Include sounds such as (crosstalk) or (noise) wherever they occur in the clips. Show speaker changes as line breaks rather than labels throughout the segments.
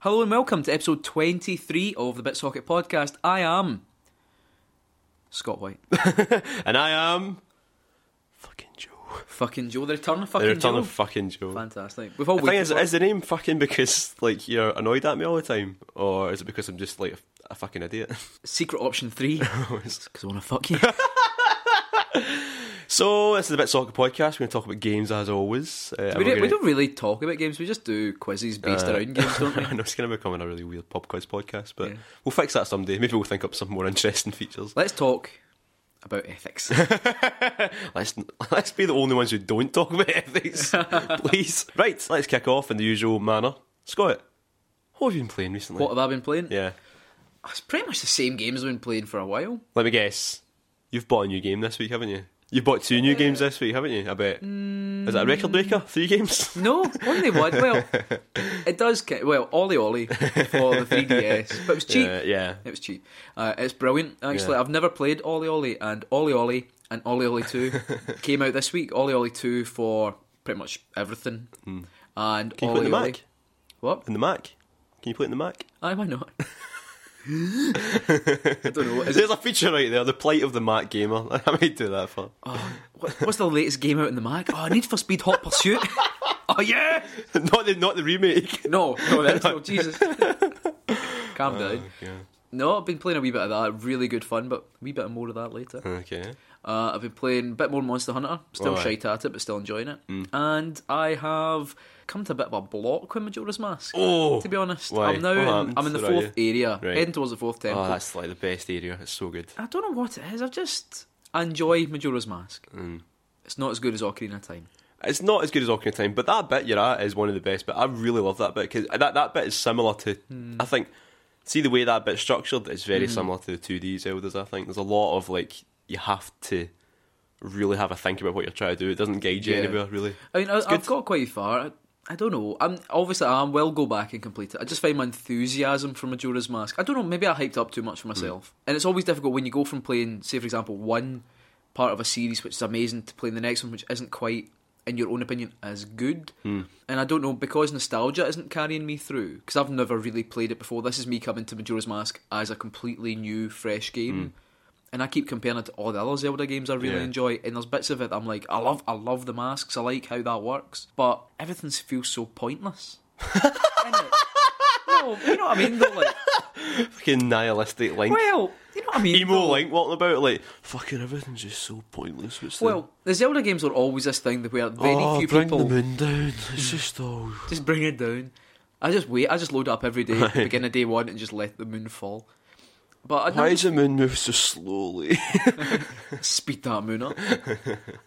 Hello and welcome to episode 23 of the BitSocket podcast. I am Scott
(laughs)
White.
And I am fucking Joe.
fucking Joe, the return of fucking
the return
Joe.
of fucking Joe.
Fantastic. We've all
the thing
waited
is,
for it.
is the name fucking because like you're annoyed at me all the time, or is it because I'm just like a, a fucking idiot? (laughs)
Secret option three. Because I want to fuck you.
so this is the Bit Soccer podcast. We're gonna talk about games as always. Uh, and
we,
we're
don't, we
gonna-
don't really talk about games, we just do quizzes based
Uh,
around games,
(laughs)
don't we?
I know it's gonna become a really weird pop quiz podcast, but
Yeah.
we'll fix that someday. Maybe we'll think up some more interesting features.
Let's talk about
(laughs)
ethics.
Let's (laughs) let's be the only ones who don't talk about (laughs) ethics, please. Right, let's kick off in the usual manner. Scott, what have you been playing recently?
what have I been playing?
Yeah.
It's pretty much the same games I've been playing for a while.
Let me guess. You've bought a new game this week, haven't you? You bought two new games this week, haven't you? I bet. Is that a record breaker? Three (laughs) games?
No, only one.
(laughs)
Well, it does. Ki- well, Ollie Ollie for the 3DS, but it was cheap.
Uh, yeah.
It was cheap. Uh, it's brilliant. Actually,
Yeah.
I've never played Ollie Ollie, and Ollie Ollie and Ollie Ollie
(laughs)
Two came out this week. Ollie Ollie Two for pretty much everything, and
Hmm. Can you
Ollie
put it in the
Ollie.
Mac?
What?
In the Mac? Can you play it in the Mac? (laughs)
Aye, why not? I don't know. Is it,
(laughs) There's a feature right there, the plight of the Mac gamer. (laughs) I might do that for. (laughs)
oh, what- what's the latest game out in the mag? Oh, Need for Speed Hot Pursuit. (laughs) oh yeah.
not the not the (laughs) remake.
No, no, that's no Jesus.
(laughs)
Calm down.
yeah.
No, I've been playing a wee bit of that. Really good fun, but a wee bit more of that later.
Okay.
Uh, I've been playing a bit more Monster Hunter. Still
Alright. Mm.
shite at it, but still enjoying it. And I have come to a bit of a block with Majora's Mask.
Oh.
To be honest,
Why?
I'm now
What
in,
happened?
I'm in the
Where are
fourth area,
Right.
heading towards the fourth temple.
Oh, that's like the best area. It's so good.
I don't know what it is. I just enjoy Majora's Mask.
Mm.
It's not as good as Ocarina of Time.
It's not as good as Ocarina of Time, but that bit you're at is one of the best. But I really love that bit because that, that bit is similar to. I think, see the way that bit's structured, it's
Hmm.
very similar to the 2D Zeldas. I think there's a lot of like you have to really have a think about what you're trying to do. It doesn't guide you
Yeah.
anywhere really.
I mean, I,
good.
I've got quite far. I, I don't know. I'm obviously I will go back and complete it. I just find my enthusiasm for Majora's Mask. I don't know. Maybe I hyped up too much for myself, and it's always difficult when you go from playing, say for example, one part of a series which is amazing to playing the next one which isn't quite, in your own opinion, as good. And I don't know because nostalgia isn't carrying me through because I've never really played it before. This is me coming to Majora's Mask as a completely new, fresh game. And I keep comparing it to all the other Zelda games I really
Yeah.
enjoy enjoy, and there's bits of it that I'm like, I love, I love the masks, I like how that works, but everything feels so
(laughs)
pointless. Innit? no, you know what I mean. Though, like,
Fucking nihilistic Link,
well, you know what I mean.
emo
though.
Link walking about like fucking everything's just so pointless. What's the-
Well, the Zelda games are always this thing that where very
oh,
few
bring
people Hmm.
the moon down. It's just all.
just bring it down. I just wait. I just load up every day, begin of day one, and just let the moon fall. But I
Why
never
does the moon move
(laughs)
so slowly?
speed that moon
(laughs)
up. and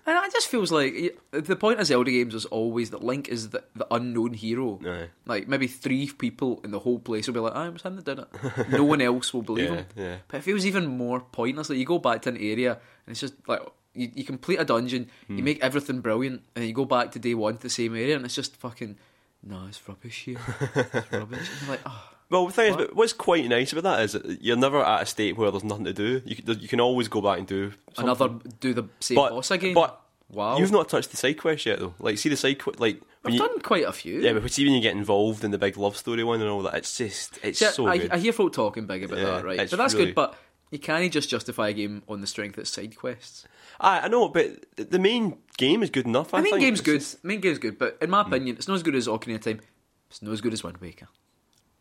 it just feels like y- the point of Zelda games is always that Link is the, the unknown hero.
Aye.
Like maybe three people in the whole place will be like, "Ah, "I was him that did it." No one else will believe
Yeah,
him.
yeah.
But it feels even more pointless. Like you go back to an area and it's just like. You, you complete a dungeon,
Hmm.
you make everything brilliant, and then you go back to day one to the same area, and it's just fucking, no, it's rubbish here.
(laughs)
It's rubbish. And you're like, oh,
Well, the thing is,
What?
but what's quite nice about that is that you're never at a state where there's nothing to do. You, c- you can always go back and do something.
another do the same
But-
boss again.
but
wow,
You've not touched the side quest yet, though. Like, see the side quest, like
I've
when you,
done quite a few.
yeah, but see when you get involved in the big love story one and all that, it's just it's
Yeah,
so
I,
good.
I hear folk talking big about
Yeah,
that, right?
it's
But that's
really-
good. But you can't just justify a game on the strength of its side quests.
I, I know, but the main game is good enough. I,
I mean,
think.
game's
It's
good.
just-
Main game's good, but in my opinion, it's not as good as Ocarina of Time. It's not as good as Wind Waker.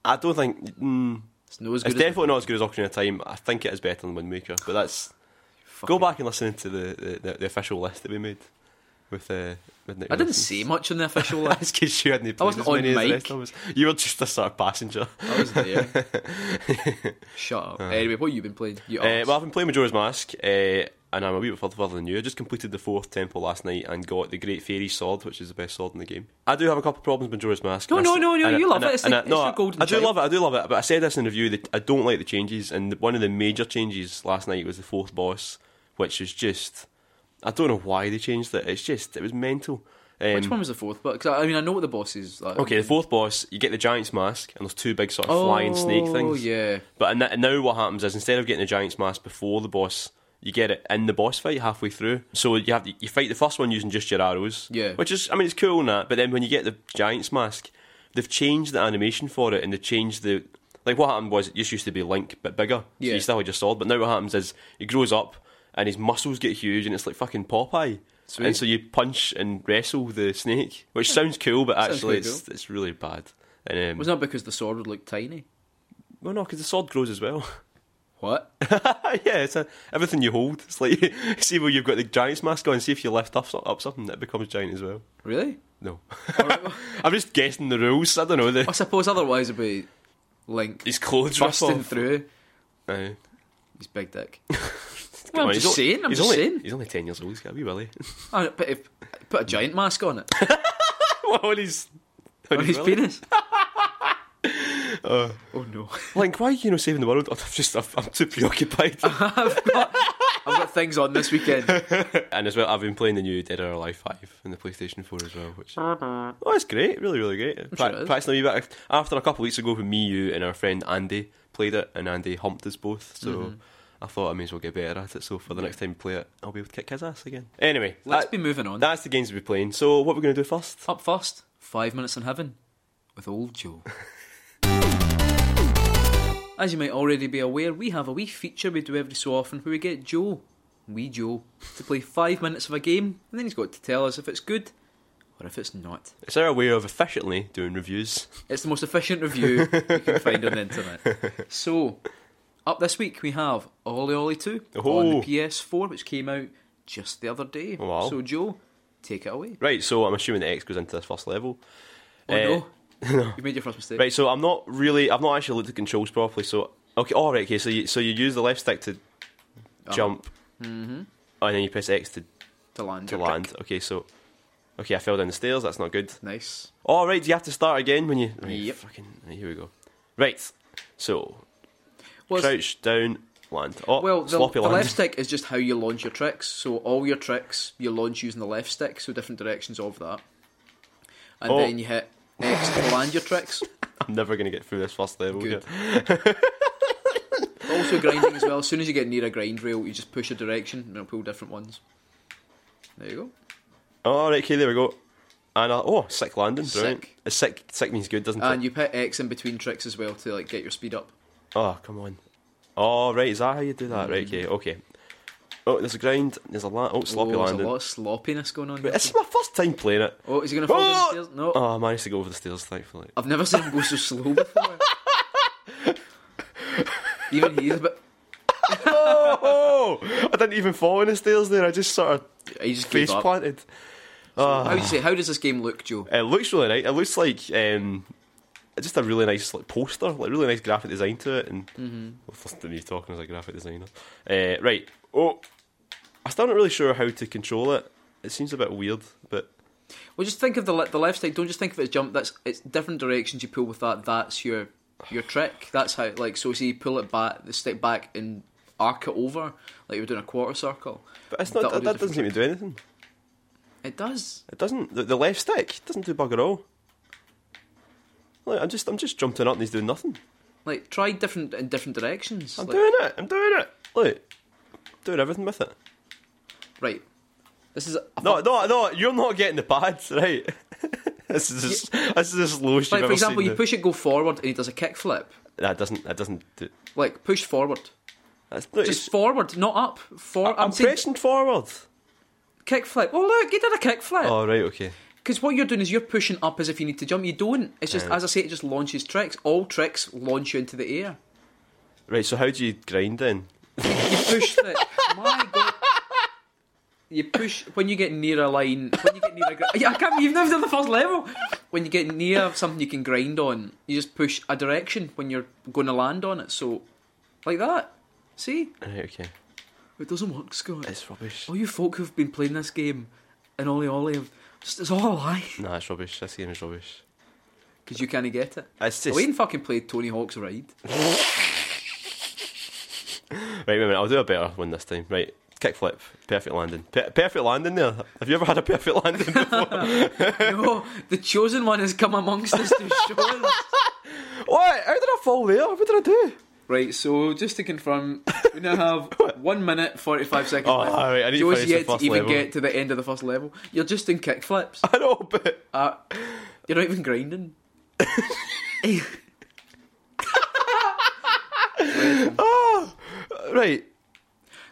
I don't think mm,
It's not as
it's
good.
definitely not as good as Ocarina of Time. I think it is better than Wind Waker, but that's
as
go back and listen to the the, the, the official list that we made with uh, Midnight.
I didn't
Resistance.
say much on the
(laughs)
official list.
That's because you hadn't played
wasn't
as many
on
as the
mic.
rest of us. You were just a sort of passenger.
I was there.
(laughs)
Shut up. anyway, what have you been playing? You
Uh-huh. Uh,
arse.
well, I've been playing Majora's Mask, uh, and I'm a wee bit further, further than you. I just completed the fourth temple last night and got the Great Fairy Sword, which is the best sword in the game. I do have a couple of problems with Majora's Mask.
No,
and I
no,
s-
no, no,
and I-
you love
and
it.
I-
It's
and
like-
I- no,
it's your golden
I do
child.
love it. I do love it. But I said this in the review that I don't like the changes, and one of the major changes last night was the fourth boss, which is just I don't know why they changed it. It's just it was mental. Um,
Which one was the fourth? But 'cause I, I mean, I know what the boss is. Like,
Okay, the fourth boss, you get the giant's mask, and there's two big sort of
oh,
flying snake
Oh
things.
yeah.
But and that- and now what happens is instead of getting the giant's mask before the boss, you get it in the boss fight halfway through. So you have to, you fight the first one using just your arrows.
Yeah.
Which is I mean it's cool and that, but then when you get the giant's mask, they've changed the animation for it and they've changed the like what happened was it just used to be Link but bigger. So
Yeah.
you still had your sword, but now what happens is he grows up and his muscles get huge and it's like fucking Popeye.
Sweet.
And so you punch and wrestle the snake, which sounds cool, but
Sounds
actually
pretty
it's it's really bad. And, um,
Was that because the sword would look tiny?
well, no, because the sword grows as well. (laughs)
What?
yeah, it's a, everything you hold. It's like (laughs) see where you've got the giant's mask on. See if you lift up, so- up something, it becomes giant as well.
Really?
No,
All right, well,
(laughs) I'm just guessing the rules. I don't know.
I (laughs)
The,
suppose otherwise it'd be Link
his clothes
busting through.
No.
He's big
(laughs)
dick. well, I'm
he's
just
o-
saying. I'm
he's
just
only,
saying.
He's only ten years old. He's got a
(laughs)
wee willy.
I put, if, put a giant mask on it
What, on (laughs) his
on his
willy?
penis. oh no! (laughs)
Link, why are you know saving the world? (laughs) I've just I've, I'm too preoccupied.
(laughs) I've got I've got things on this weekend.
and as well, I've been playing the new Dead or Alive Five on the PlayStation Four as well, which oh, it's great, really, really great.
sure it is.
Practicing a wee bit after a couple of weeks ago, when me, you, and our friend Andy played it, and Andy humped us both, so.
Mm-hmm.
I thought I may as well get better at it, so for the next time we play it, I'll be able to kick his ass again. Anyway,
Let's
that-
be moving on.
that's the games we'll be playing. So, what we're going to do first?
Up first, five minutes in heaven with old Joe. As you might already be aware, we have a wee feature we do every so often where we get Joe, wee Joe, to play five minutes of a game, and then he's got to tell us if it's good or if it's not.
It's our way of efficiently doing reviews.
It's the most efficient review you can
(laughs)
find on the internet. So, up this week we have Ollie Ollie 2 on
Oh.
the PS4, which came out just the other day.
Wow.
So, Joe, take it away.
Right, so I'm assuming the X goes into this first level.
Oh
Eh, (laughs)
no. You made your first mistake.
Right, so I'm not really, I've not actually looked at controls properly. So okay, all right, okay. So you, so you use the left stick to
Uh-huh.
jump,
Mm-hmm.
and then you press X to,
To land.
to
your
land. Okay, so okay, I fell down the stairs. That's not good.
pick. Nice.
All right, do you have to start again when you? Right,
Yep.
Fucking, right, here we go. Right, so
Well, it's-
crouch down, land. Oh,
well, the,
sloppy
the
land.
left stick is just how you launch your tricks. So all your tricks you launch using the left stick, so different directions of that. And
Oh.
then you hit X to land your tricks.
(laughs) I'm never gonna get through this first level.
Good.
yeah.
Also grinding as well. As soon as you get near a grind rail, you just push a direction and it'll pull different ones. There you go.
All right, okay, there we go. And uh, oh, sick landing, brilliant.
Sick.
Uh, Sick, sick means good, doesn't it?
And you put X in between tricks as well to like get your speed up.
Oh, come on. Oh, right, is that how you do that? Right, okay, okay. Oh, there's a grind, there's a la- oh, sloppy
oh, there's
landing.
a lot of sloppiness going on. Here.
This is my first time playing it.
Oh, is he going to fall down the
Oh!
stairs? No,
oh, I managed to go over the stairs, thankfully.
I've never seen him go so slow
(laughs)
before. Even he's a bit.
oh, I didn't even fall on the stairs there, I just sort of
He just gave
face
up.
planted.
How do you say? How does this game look, Joe?
It looks really nice. It looks like um, just a really nice like poster, like really nice graphic design to it. And
Mm-hmm.
well, first me talking as a graphic designer, uh, right? Oh, I'm still not really sure how to control it. It seems a bit weird, but
Well, just think of the le- the left side. Don't just think of it as jump. That's it's different directions you pull with that. That's your your trick. That's how like so. See, you pull it back, the step back, and arc it over like you were doing a quarter circle.
but it's not.
That'll
That,
do
that
different
doesn't even do anything.
It does.
It doesn't. The, the left stick doesn't do bugger all. Look, I'm just, I'm just jumping up and he's doing nothing.
Like try different in different directions.
I'm
Like,
doing it. I'm doing it. Look, doing everything with it.
right. This is a,
No, no, no. You're not getting the pads right. (laughs) this is just, this is the slowest
like
you've
for
ever
example,
seen
you
the-
push it go forward and he does a kick flip.
That doesn't. That doesn't. Do,
Like push forward,
that's no,
just
it's-
forward, not up. For
I'm
saying
pressing forward.
kick flip. Oh look, he did a kick flip.
Oh right, okay.
Because what you're doing is you're pushing up as if you need to jump. You don't. It's just,
Right.
as I say, it just launches tricks. All tricks launch you into the air.
Right. So how do you grind then?
You push the. my God. You push when you get near a line. When you get near a. gr- Yeah, I can't. You've never done the first level. When you get near something you can grind on, you just push a direction when you're going to land on it. So, like that. See,
Right. Okay.
it doesn't work, Scott.
It's rubbish.
All you folk who've been playing this game, and Ollie Ollie, have- it's it's all a lie
Nah, it's rubbish. This game is rubbish.
because you can't get it.
It's
I
just.
went and fucking played Tony Hawk's Ride.
Right, wait a minute. I'll do a better one this time. Right, kick flip, perfect landing, per- perfect landing. There. Have you ever had a perfect landing before?
(laughs) No, the chosen one has come amongst us to show us.
what? How did I fall there? What did I do?
(laughs) Right, so just to confirm, we now (laughs) have one minute forty-five seconds.
Oh,
left.
alright, I need to
Joe's
finish the
yet to
first
even
level.
get to the
(laughs)
end of the first level. You're just in kickflips.
I know, but
Uh, you're not even grinding.
Right.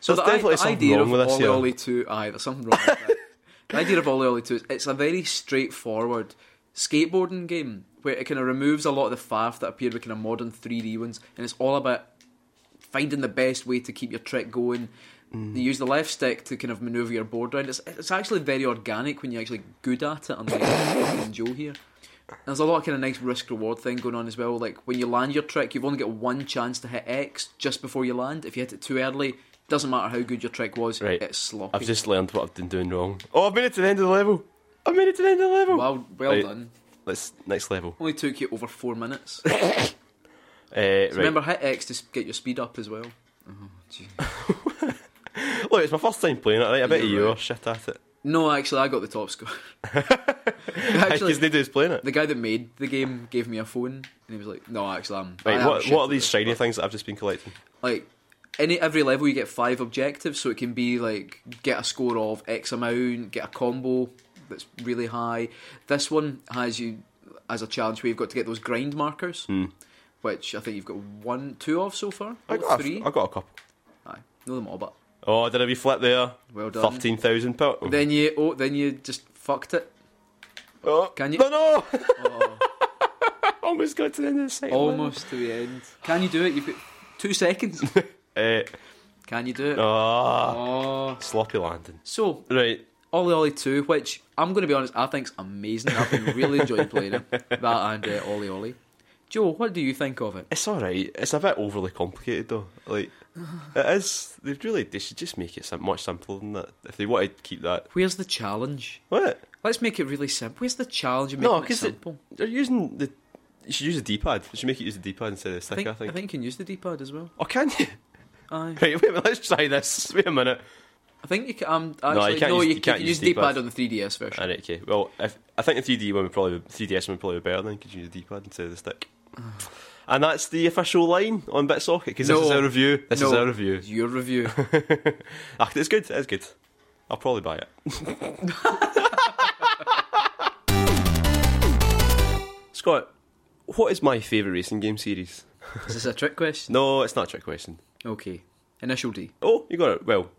So
There's
the, i-
definitely
the
something
idea of
wrong with this
Ollie
here.
Ollie 2, aye, there's something wrong with that.
(laughs)
the idea of Ollie Ollie 2 is it's a very straightforward skateboarding game where it kind of removes a lot of the faff that appeared with kind of modern 3D ones, and it's all about finding the best way to keep your trick going. You use the left stick to kind of maneuver your board around. It's, it's actually very organic when you're actually good at it, unlike fucking Joe here. There's a lot of kind of nice risk reward thing going on as well. Like when you land your trick, you've only got one chance to hit X just before you land. If you hit it too early, doesn't matter how good your trick was,
Right.
it's sloppy.
I've just learned what I've been doing wrong. Oh, I've made it to the end of the level. I've made it to the end of the level.
well, well
Right.
done.
Let's next level.
Only took you over four
(laughs)
minutes.
Uh, right.
Remember, hit X to s- get your speed up as well. Oh, gee.
Look, it's my first time playing it. Right, I bet
You're
you
right.
are shit at it.
no, actually, I got the top
(laughs)
score. (laughs)
Actually,
actually,
they do is playing it.
the guy that made the game gave me a phone, and he was like, "No, actually, I'm." I
Right,
am
what,
shit
what are
at
these
this."
shiny things that I've just been collecting?
like any every level you get five objectives, so it can be like get a score of X amount, get a combo that's really high. This one has you as a challenge where you've got to get those grind markers,
Hmm.
which I think you've got one, two of so far.
I
Or
got,
Oh, three.
A, I got a couple.
Aye, know them all, but
Oh, I did a wee flip there.
Well done.
Thirteen thousand pounds.
then you oh then you just fucked it.
Oh,
Can you- Oh.
No, no. (laughs) Almost got to the end of the second. level.
Almost to the end. Can you do it? You've got two
(laughs)
seconds.
Eh,
Can you do it?
ah,
Oh.
sloppy landing.
So
Right.
Ollie Ollie 2, which I'm going to be honest, I think's amazing. I've been really enjoying playing it. (laughs) That and uh, Ollie Ollie. Joe, what do you think of it?
It's all right. It's a bit overly complicated though. Like
Uh-huh.
it is. They really. They should just make it sim- much simpler than that. If they want to keep that.
Where's the challenge?
What?
Let's make it really simple. Where's the challenge of making
No,
it
because
simple?
they're using the. You should use the D-pad. You should make it use the D-pad instead
I,
of the stick.
think,
I think.
I think you can use the D-pad as well.
Oh, can you? (laughs)
Aye.
Right. Wait a minute. Let's try this. Wait a minute.
I think you can. Um, actually, no, you
can't
no,
use-
you,
you
can
can't
use
use
D-pad
D-pad.
on the 3DS version.
Alright, okay. Well, if, I think the 3D one would probably, 3DS one would probably be better then, because you use the D-pad instead of the
(sighs)
stick. and that's the official line on BitSocket, because
No.
this is our review. This is
No,
our review. (laughs)
Your (laughs) review.
Ah, it's good. It's good. I'll probably
(laughs)
buy it. Scott, what is my favourite racing game series?
is this a trick question?
No, it's not a trick question.
Okay. Initial D.
Oh, you got it. Well,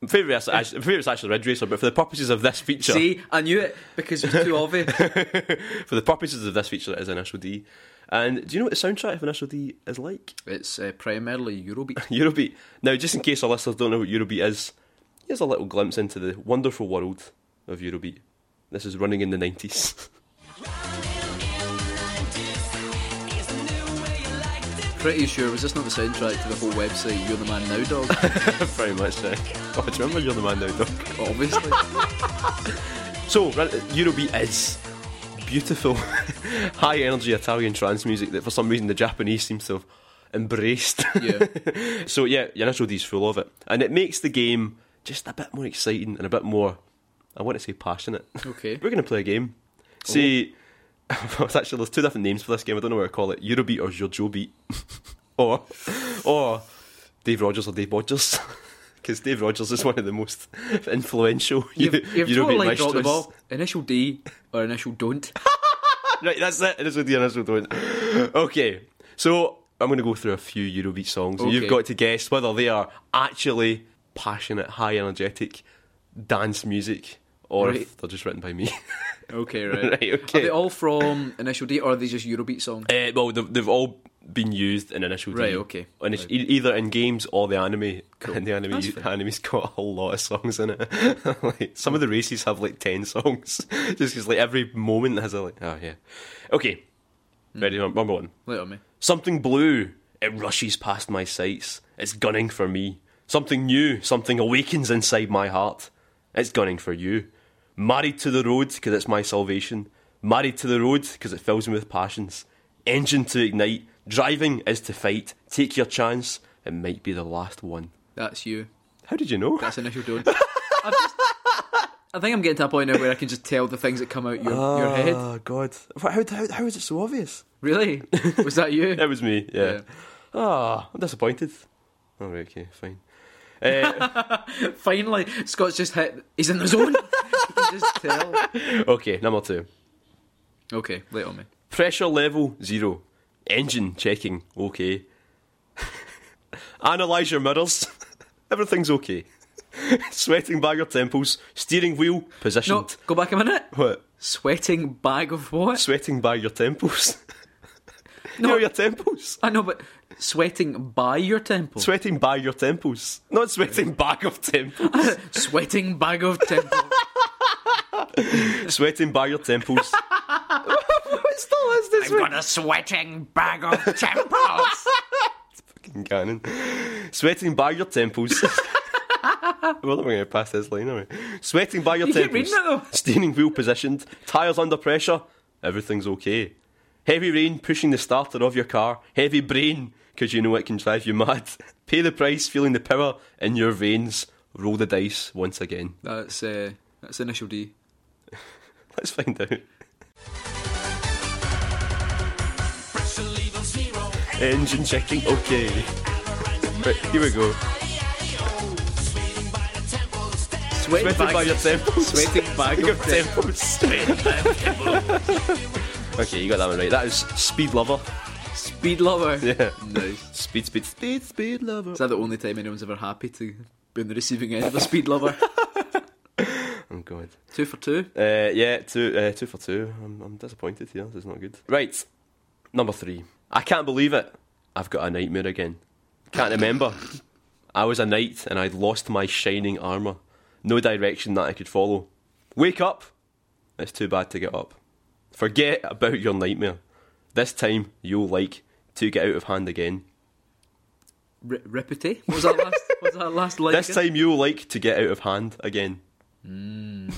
my favourite is actually, my favourite's actually Red Racer, but for the purposes of this feature,
See, I knew it because it was too obvious.
for the purposes of this feature, it is Initial D. And do you know what the soundtrack of Initial D is like?
(laughs)
(laughs)
It's uh, primarily Eurobeat.
Eurobeat. Now, just in case our listeners don't know what Eurobeat is, here's a little glimpse into the wonderful world of Eurobeat. This is running in the 90s.
Pretty sure, was this not the soundtrack to the whole website, You're the Man Now Dog?
(laughs)
(laughs)
Very much, (laughs) eh? Oh, do you remember You're the Man Now, Doc?
Obviously.
So, Run- Eurobeat is beautiful, (laughs) high energy Italian trance music that for some reason the Japanese seems to have embraced.
Yeah.
(laughs) so, yeah, your Initial D's full of it. And it makes the game just a bit more exciting and a bit more, I want to say, passionate.
Okay.
(laughs)
Oh.
We're going to play a game. See, (laughs) it's actually there's two different names for this game. I don't know what to call it. Eurobeat or Jojo Beat, (laughs) or or Dave Rogers or Dave Bodgers. (laughs) Because Dave Rogers is one of the most (laughs) influential (laughs)
You've,
Eu-
you've totally dropped the
maestros.
ball. Initial D or initial
(laughs)
don't.
Right, that's it. It is with the initial tone. (gasps) Okay, so I'm going to go through a few Eurobeat songs. and
Okay.
You've got to guess whether they are actually passionate, high energetic dance music, or
Right.
if they're just written by me. (laughs)
Okay, right.
right,
Are
okay.
they all from initial D or are they just Eurobeat songs?
Uh, well, they've, they've all been used in initial D.
Right, okay.
And it's
Right.
e- either in games or the anime. And the anime,
That's
you-
fair.
anime's got a whole lot of songs in it. (laughs) like, some of the races have like ten songs, (laughs) just because like every moment has a like. Oh yeah. Okay. Ready?
Hmm.
num- Number one.
Let on me.
Something blue. It rushes past my sights. It's gunning for me. Something new. Something awakens inside my heart. It's gunning for you. Married to the road because it's my salvation. Married to the road because it fills me with passions. Engine to ignite. Driving is to fight. Take your chance. It might be the last one.
That's you.
How did you know?
That's initial
(laughs)
don't. I've just, I think I'm getting to a point now where I can just tell the things that come out your, your head.
Oh God! How, how, how is it so obvious?
Really? Was that
It
you?
was me.
Yeah.
Yeah. Ah, I'm disappointed. All right. Okay. Fine. Eh,
Finally, Scott's just hit. He's
(laughs)
in the zone. you can just tell.
okay. Number two.
Okay, let on me.
Pressure level zero. Engine checking okay. (laughs) Analyze your mirrors. (laughs) Everything's okay. (laughs) Sweating by your temples. Steering wheel
No,
positioned.
go back a minute.
What?
Sweating bag of what?
Sweating by your temples. (laughs)
No.
No, your temples.
I know, but sweating by your temple.
Sweating by your temples. Not sweating bag of temples.
(laughs) (laughs) sweating bag of temple.
sweating by
(laughs)
your temples. What's the last this
Got a sweating bag
(laughs)
of temples.
fucking Gannon. Sweating by your temples. (laughs) well, we're going to pass this line, are we? Sweating by your
You keep
temples.
reading it, though. (laughs)
Steering wheel positioned. Tyres under pressure. Everything's okay. Heavy rain pushing the starter of your car. Heavy brain, because you know it can drive you mad. (laughs) Pay the price, feeling the power in your veins. Roll the dice once again. (laughs)
That's uh, that's initial D.
Let's find out. Engine checking, okay. Right, here we go.
Sweating,
Sweating by your temples.
Sweating bag
Bag
of
of temples. okay, you got that one right. That is Speed Lover.
Speed lover.
(laughs) Yeah.
Nice.
Speed, speed, speed, speed lover.
Is that the only time anyone's ever happy to be on the receiving end of a speed
(laughs)
lover?
Oh god.
two for two.
Uh, yeah, two, uh, two for two. I'm, I'm disappointed here. This is not good. Right, number three. I can't believe it. I've got a nightmare again. Can't remember. I was a knight and I'd lost my shining armour. No direction that I could follow. Wake up! It's too bad to get up. Forget about your nightmare. This time you'll like to get out of hand again.
Re- reputé? What was that last? what was that last line?
This
again?
time you'll like to get out of hand again. (laughs)
I'm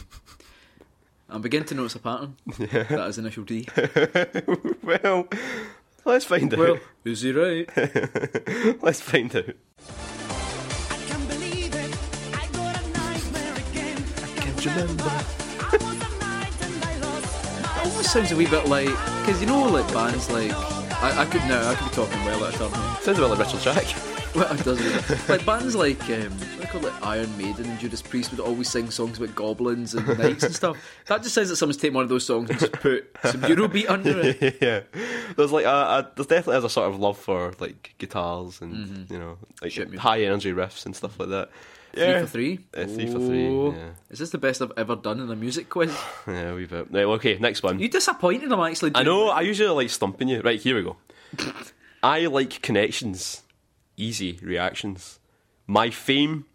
beginning to notice a pattern. That is initial
(laughs)
D.
Well, let's find
Well,
out. (laughs)
is he right?
Let's find out.
I can't believe it. I got a nightmare again. I can't remember. I was a knight and I lost my
Almost sounds a wee bit like because you know, like bands like I, I could now I could be talking well at a time.
Sounds a bit like Rachel Jack.
Well, it does. Really. Like bands like um, what do they call it Iron Maiden and Judas Priest would always sing songs about goblins and knights and stuff. That just sounds like someone's taken one of those songs and just put some Eurobeat under it.
(laughs) yeah, there's like a, a there's definitely has a sort of love for like guitars and you know
Mm-hmm.
like
Shit music.
high energy riffs and stuff like that.
Three
Yeah.
for three.
Uh, three for three,
Oh.
yeah.
Is this the best I've ever done in a music quiz?
Yeah, we bit. Right, okay, next one.
You disappointed them actually.
I
dude.
know. I usually like stumping you. Right, here we go. I like connections, easy reactions. My fame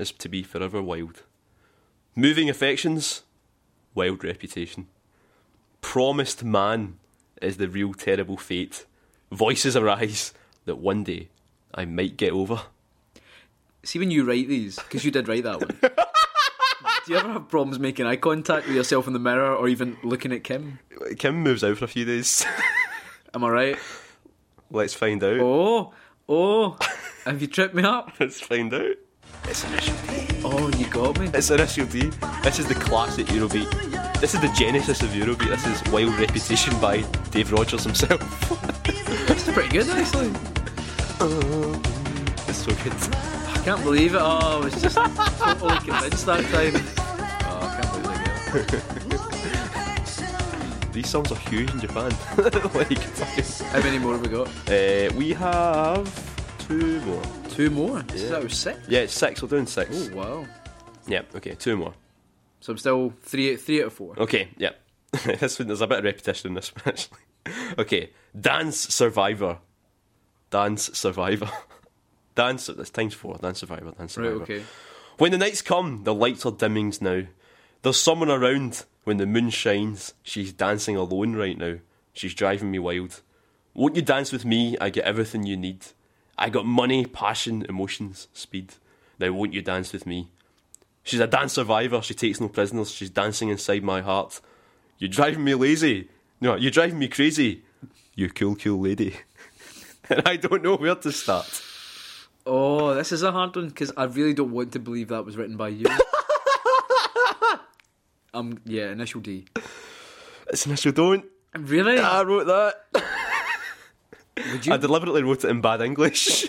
is to be forever wild. Moving affections, wild reputation. Promised man is the real terrible fate. Voices arise that one day I might get over.
See when you write these because you did write that one. (laughs) Do you ever have problems making eye contact with yourself in the mirror or even looking at Kim?
Kim moves out for a few days. (laughs)
Am I right?
Let's find out.
Oh, oh, have you tripped me up?
Let's find out. It's initial D.
Oh, you got me.
It's initial D. This is the classic Eurobeat. This is the genesis of Eurobeat. This is Wild Reputation by Dave Rogers himself. (laughs)
That's pretty good actually.
It's so good.
I can't believe it. Oh, I was just totally convinced that time. (laughs) Oh, I can't believe I get it. (laughs)
These songs are huge in Japan. (laughs) like, fucking-
How many more have we got?
uh, we have two more.
Two more. So that was six.
Yeah, it's six. We're doing six.
Oh wow.
Yeah. Okay, two more.
So I'm still three, three out of four.
Okay. Yeah. (laughs) this one, there's a bit of repetition in this one (laughs) actually. Okay, Dance Survivor. Dance Survivor. (laughs) Dance. That's times four. Dance Survivor. Dance
Right.
Survivor.
Okay.
When the nights come, the lights are dimmings now. There's someone around when the moon shines. She's dancing alone right now. She's driving me wild. Won't you dance with me? I get everything you need. I got money, passion, emotions, speed. Now won't you dance with me? She's a dance survivor. She takes no prisoners. She's dancing inside my heart. You're driving me lazy. No, you're driving me crazy. You cool, cool lady. (laughs) and I don't know where to start.
Oh, this is a hard one because I really don't want to believe that was written by
(laughs)
you. um, yeah, initial D.
It's an issue. Don't.
Really?
I wrote that.
Would you?
I deliberately wrote it in bad
(laughs)
English.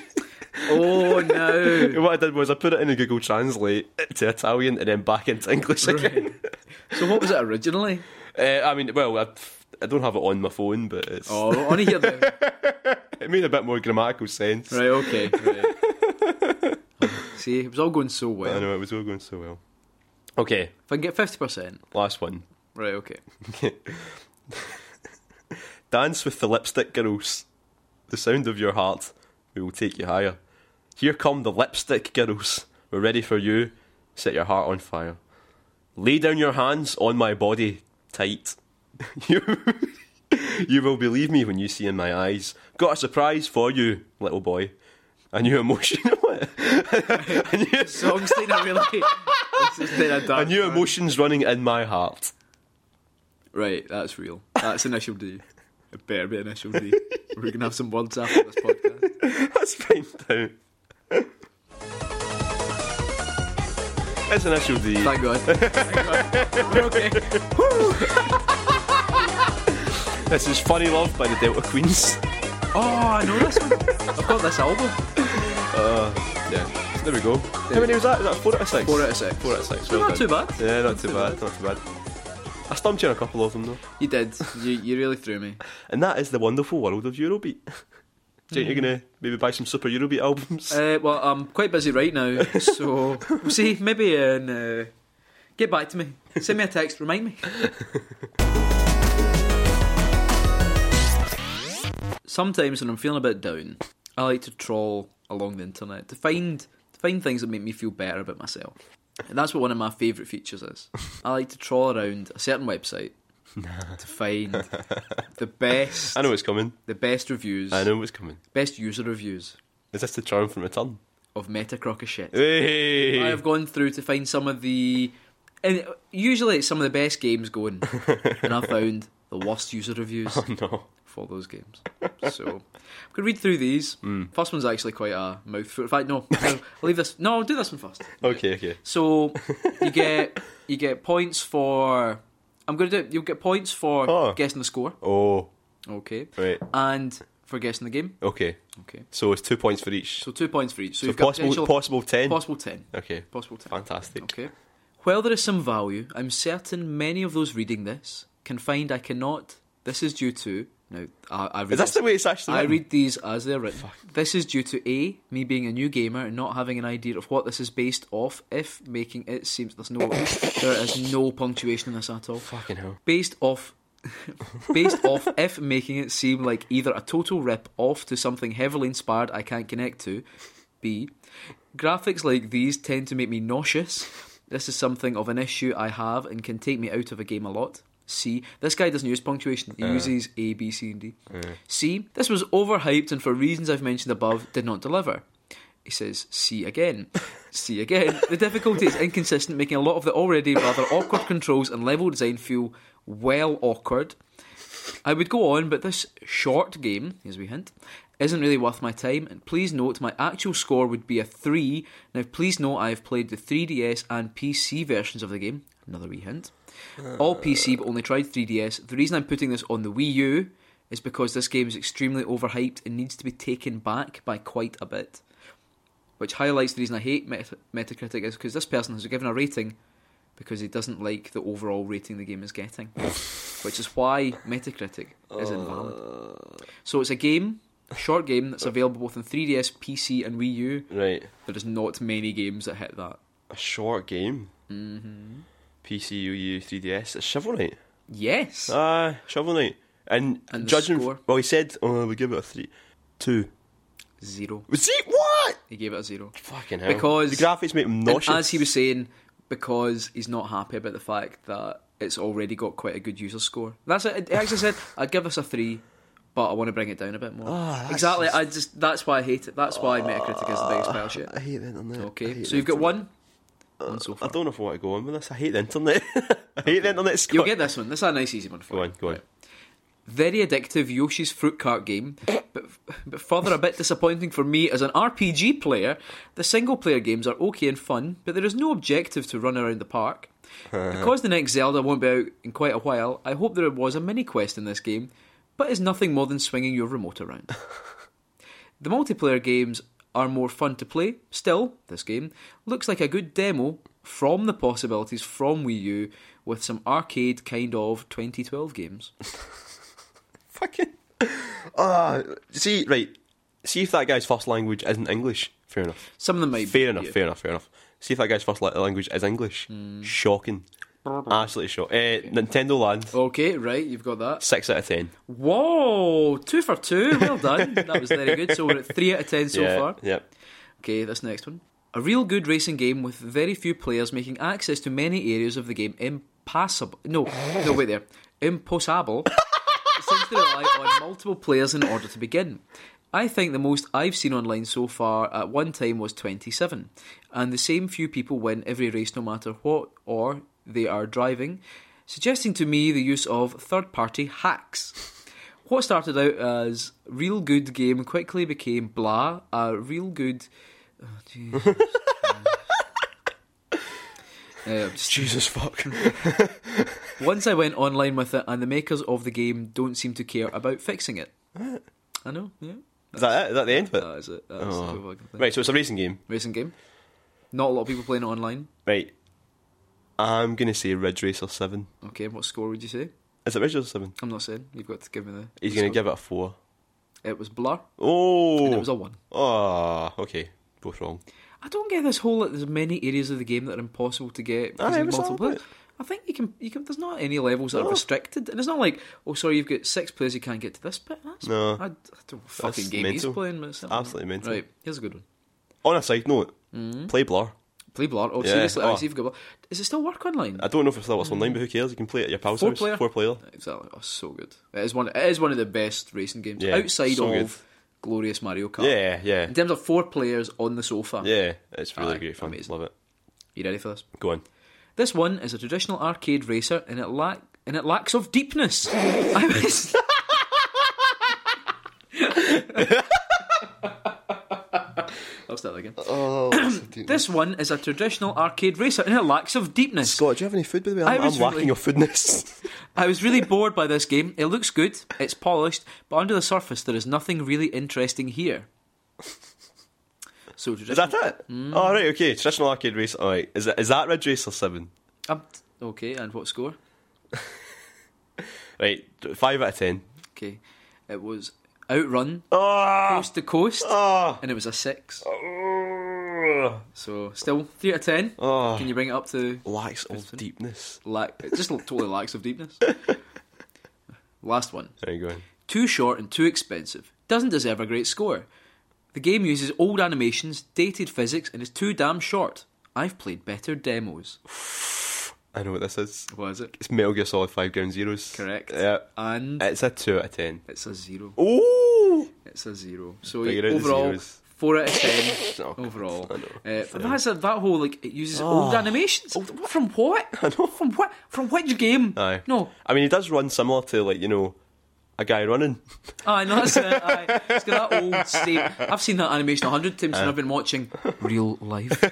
Oh no.
what I did was I put it in a Google Translate to Italian and then back into English again. (laughs)
So what was it originally?
Uh, I mean, well, I, I don't have it on my phone, but it's
Oh, on here then.
(laughs) it made a bit more grammatical sense.
Right, okay. Right.
(laughs)
See, it was all going so
I
well.
know it was all going so well. Okay,
If I can get 50%,
last one.
right, okay.
Dance with the lipstick girls. The sound of your heart. We will take you higher. Here come the lipstick girls. We're ready for you. Set your heart on fire. Lay down your hands on my body tight. (laughs) you, you will believe me when you see in my eyes. Got a surprise for you, little boy. A new emotion. (laughs) a new,
Song's taking a really. This is taking a
a
dark
new
turn.
emotion's running in my heart.
Right, that's real. That's initial D. It better be initial D. We're gonna have some words after this podcast.
Let's find out. It's an issue D.
Thank God. Thank God. We're okay.
This is Funny Love by the Delta Queens.
Oh, I know this one. I've got this album.
Yeah, there we go. How many was that? Was that four out of six?
Four out of six.
Four out of six.
Still
well
not
done.
too bad.
Yeah, not too bad. Not too bad. I stumped you on a couple of them though,
You did. You you really threw me.
and that is the wonderful world of Eurobeat. (laughs) Do you think you're gonna maybe buy some super Eurobeat albums?
Uh, well, I'm quite busy right now,
(laughs)
so we'll see. Maybe in, uh, get back to me. Send me a text. Remind me. Sometimes when I'm feeling a bit down, I like to troll along the internet to find to find things that make me feel better about myself. And that's what one of my favourite features is. I like to troll around a certain website to
(laughs)
find the best
I know it's coming.
the best reviews,
I know it's coming.
best user reviews
Is this the charm from Return?
of Metacrock of shit.
Hey!
I have gone through to find some of the, and usually it's some of the best games going, and I found the worst user reviews
Oh (laughs) no.
for those games. So I'm gonna read through these.
Hmm.
First one's actually quite a mouthful. In fact, no, I'll leave this. No, I'll do this one first.
Okay, okay.
So you get you get points for. I'm gonna do. You'll get points for
Oh.
guessing the score.
Oh,
Okay.
right.
And for guessing the game.
Okay.
Okay.
So it's two points for each.
So two points for each. So,
So
you've got
possible,
potential-
possible ten.
possible ten.
okay,
Possible ten.
fantastic.
Okay. While there is some value, I'm certain many of those reading this can find I cannot. This is due to. Now, I, I read
Is that the way it's actually?
I
written?
read these as they're written. This is due to A, me being a new gamer and not having an idea of what this is based off, if making it seems there's no there is no punctuation in this at all.
Fucking hell.
Based off (laughs) based off if making it seem like either a total rip off to something heavily inspired I can't connect to. B graphics like these tend to make me nauseous. This is something of an issue I have and can take me out of a game a lot. C. This guy doesn't use punctuation. He uses A, B, C, and D. C. This was overhyped and for reasons I've mentioned above did not deliver. He says, C again. C again. (laughs) The difficulty is inconsistent, making a lot of the already rather awkward controls and level design feel well awkward. I would go on, but this short game, as we hint, isn't really worth my time. And please note, my actual score would be a 3. Now, please note, I have played the 3DS and PC versions of the game. Another wee hint. All PC, but only tried 3DS. The reason I'm putting this on the Wii U is because this game is extremely overhyped and needs to be taken back by quite a bit. Which highlights the reason I hate Met- Metacritic is because this person has given a rating because he doesn't like the overall rating the game is getting, which is why Metacritic is invalid.
Uh.
So it's a game, a short game that's available both on 3DS, PC, and Wii U.
Right.
There is not many games that hit that.
A short game. Mm-hmm. PC, UU, 3DS. It's Shovel Knight.
Yes,
Ah, Shovel Knight. And,
And the
judging,
score?
well, he said, "Oh, we give it a three, two.
zero.
Was he what?
He gave it a zero.
Fucking hell!
Because-
the graphics make him nauseous.
And as he was saying, because he's not happy about the fact that it's already got quite a good user score. That's it. It actually said (laughs) I'd give this a three, but I want to bring it down a bit more.
Ah, that's Ah,
exactly. I just that's why I hate it. That's why Metacritic is the biggest pile shit.
I hate the internet. I
Okay,
hate
so
the
you've got
internet.
one. One so
I
far.
don't know if I want to go on with this. I hate the internet. (laughs) I hate the internet. Scott.
You'll get this one. This is a nice easy one for
Go
you.
on, go on.
Right. Very addictive Yoshi's Fruit Cart game, but, but further a bit disappointing for me as an RPG player. The single player games are okay and fun, but there is no objective to run around the park. because the next Zelda won't be out in quite a while, I hope there was a mini quest in this game, but is nothing more than swinging your remote around. The multiplayer games are more fun to play. Still, this game looks like a good demo from the possibilities from Wii U with some arcade kind of 2012 games.
fucking. Ah, see, right. See if that guy's first language isn't English. Fair enough.
Some of them might be.
Fair enough.
yeah. Hmm.
Fair enough. Fair enough. See if that guy's first la- language is English. Shocking. Absolutely shocking. Uh, Nintendo Land.
Okay, right, you've got that.
Six out of ten.
Whoa, two for two. Well
(laughs)
done. that was very good. So we're at three out of ten so
yeah,
far.
Yeah.
Okay, this next one. A real good racing game with very few players making access to many areas of the game impassable. No, no, wait there. Impossible. since they rely on multiple players in order to begin. I think the most I've seen online so far at one time was 27, and the same few people win every race no matter what or they are driving, suggesting to me the use of third party hacks. What started out as real good game quickly became blah, a real good. Oh, Jesus. Uh, just
Jesus fuck.
once I went online with it, and the makers of the game don't seem to care about fixing it. I know, yeah.
Is that it? Is that the end of it?
That is it. That is
Oh.
the good fucking thing.
Right, so it's a racing game.
Racing game. Not a lot of people playing it online.
Right. I'm going to say Ridge Racer 7.
Okay, what score would you say?
Is it Ridge Racer 7?
I'm not saying. You've got to give me the.
He's going to give it a 4.
It was Blur,
Oh!
and it was a 1.
Ah, okay. Both wrong.
I don't get this whole. Like, there's many areas of the game that are impossible to get. because
Aye,
of
what's all
multiple
about?
players. I think you can. You can. There's not any levels that
No.
are restricted, and it's not like, oh, sorry, you've got six players, you can't get to this bit. That's,
No.
I, I don't fucking game
mental.
he's playing. But it's not-
Absolutely mental.
Right, here's a good one.
On a side note,
Hmm?
play Blur.
Play Blur. Oh,
Yeah.
seriously,
Oh. Uh,
I see if you've got Blur. Does it still work online?
I don't know if it's still what's online, but who cares? You can play it at your
Mm.
pal's
Four
house.
player?
Four player.
exactly. Oh, so good. It is one. It is one of the best racing games
Yeah,
outside
so
of
good.
glorious Mario Kart.
Yeah, yeah.
In terms of four players on the sofa.
Yeah, it's really
Aye,
great fun.
amazing.
Love it.
You ready for this?
Go on.
This one is a traditional arcade racer, and it lack and it lacks of deepness. (laughs) I was. (laughs) I'll start again.
Oh,
(coughs) this one is a traditional arcade racer, and it lacks of deepness.
Scott, do you have any food, by the way?
I
I'm,
was
I'm lacking
really-
your foodness.
I was really bored by this game. It looks good, it's polished, but under the surface there is nothing really interesting here. So
(laughs) is
traditional,
that it?
Mm.
All right, okay. Traditional arcade race. All right. Is that, is that Ridge Racer 7?
um, okay, and what score?
Right, 5 out of 10.
Okay, it was Outrun,
Ah!
Coast to Coast,
Ah!
and it was a six.
Ugh.
So still three out of ten.
Oh.
Can you bring it up to
Lacks of deepness.
lack? It just totally lacks of deepness. Last one.
There you go.
Too short and too expensive. Doesn't deserve a great score. The game uses old animations, dated physics, and is too damn short. I've played better demos.
I know what this is.
Was it?
It's Metal Gear Solid 5 Ground Zeroes.
Correct.
Yeah. Eh.
And
It's a 2 out of 10.
it's a zero.
Ooh!
It's a zero. So
Figure out the
overall,
zeros.
four out of
(laughs)
ten
Oh,
overall.
I
Uh,
know. Ah. Oh.
but that's a, that whole like it uses old animations. From
(laughs)
what? From what? From which game?
Aye.
No,
I mean, he does run similar to, like, you know, a guy running.
Aye, no, that's it. Aye. It's got that old state. I've seen that animation a hundred times and I've been watching real life.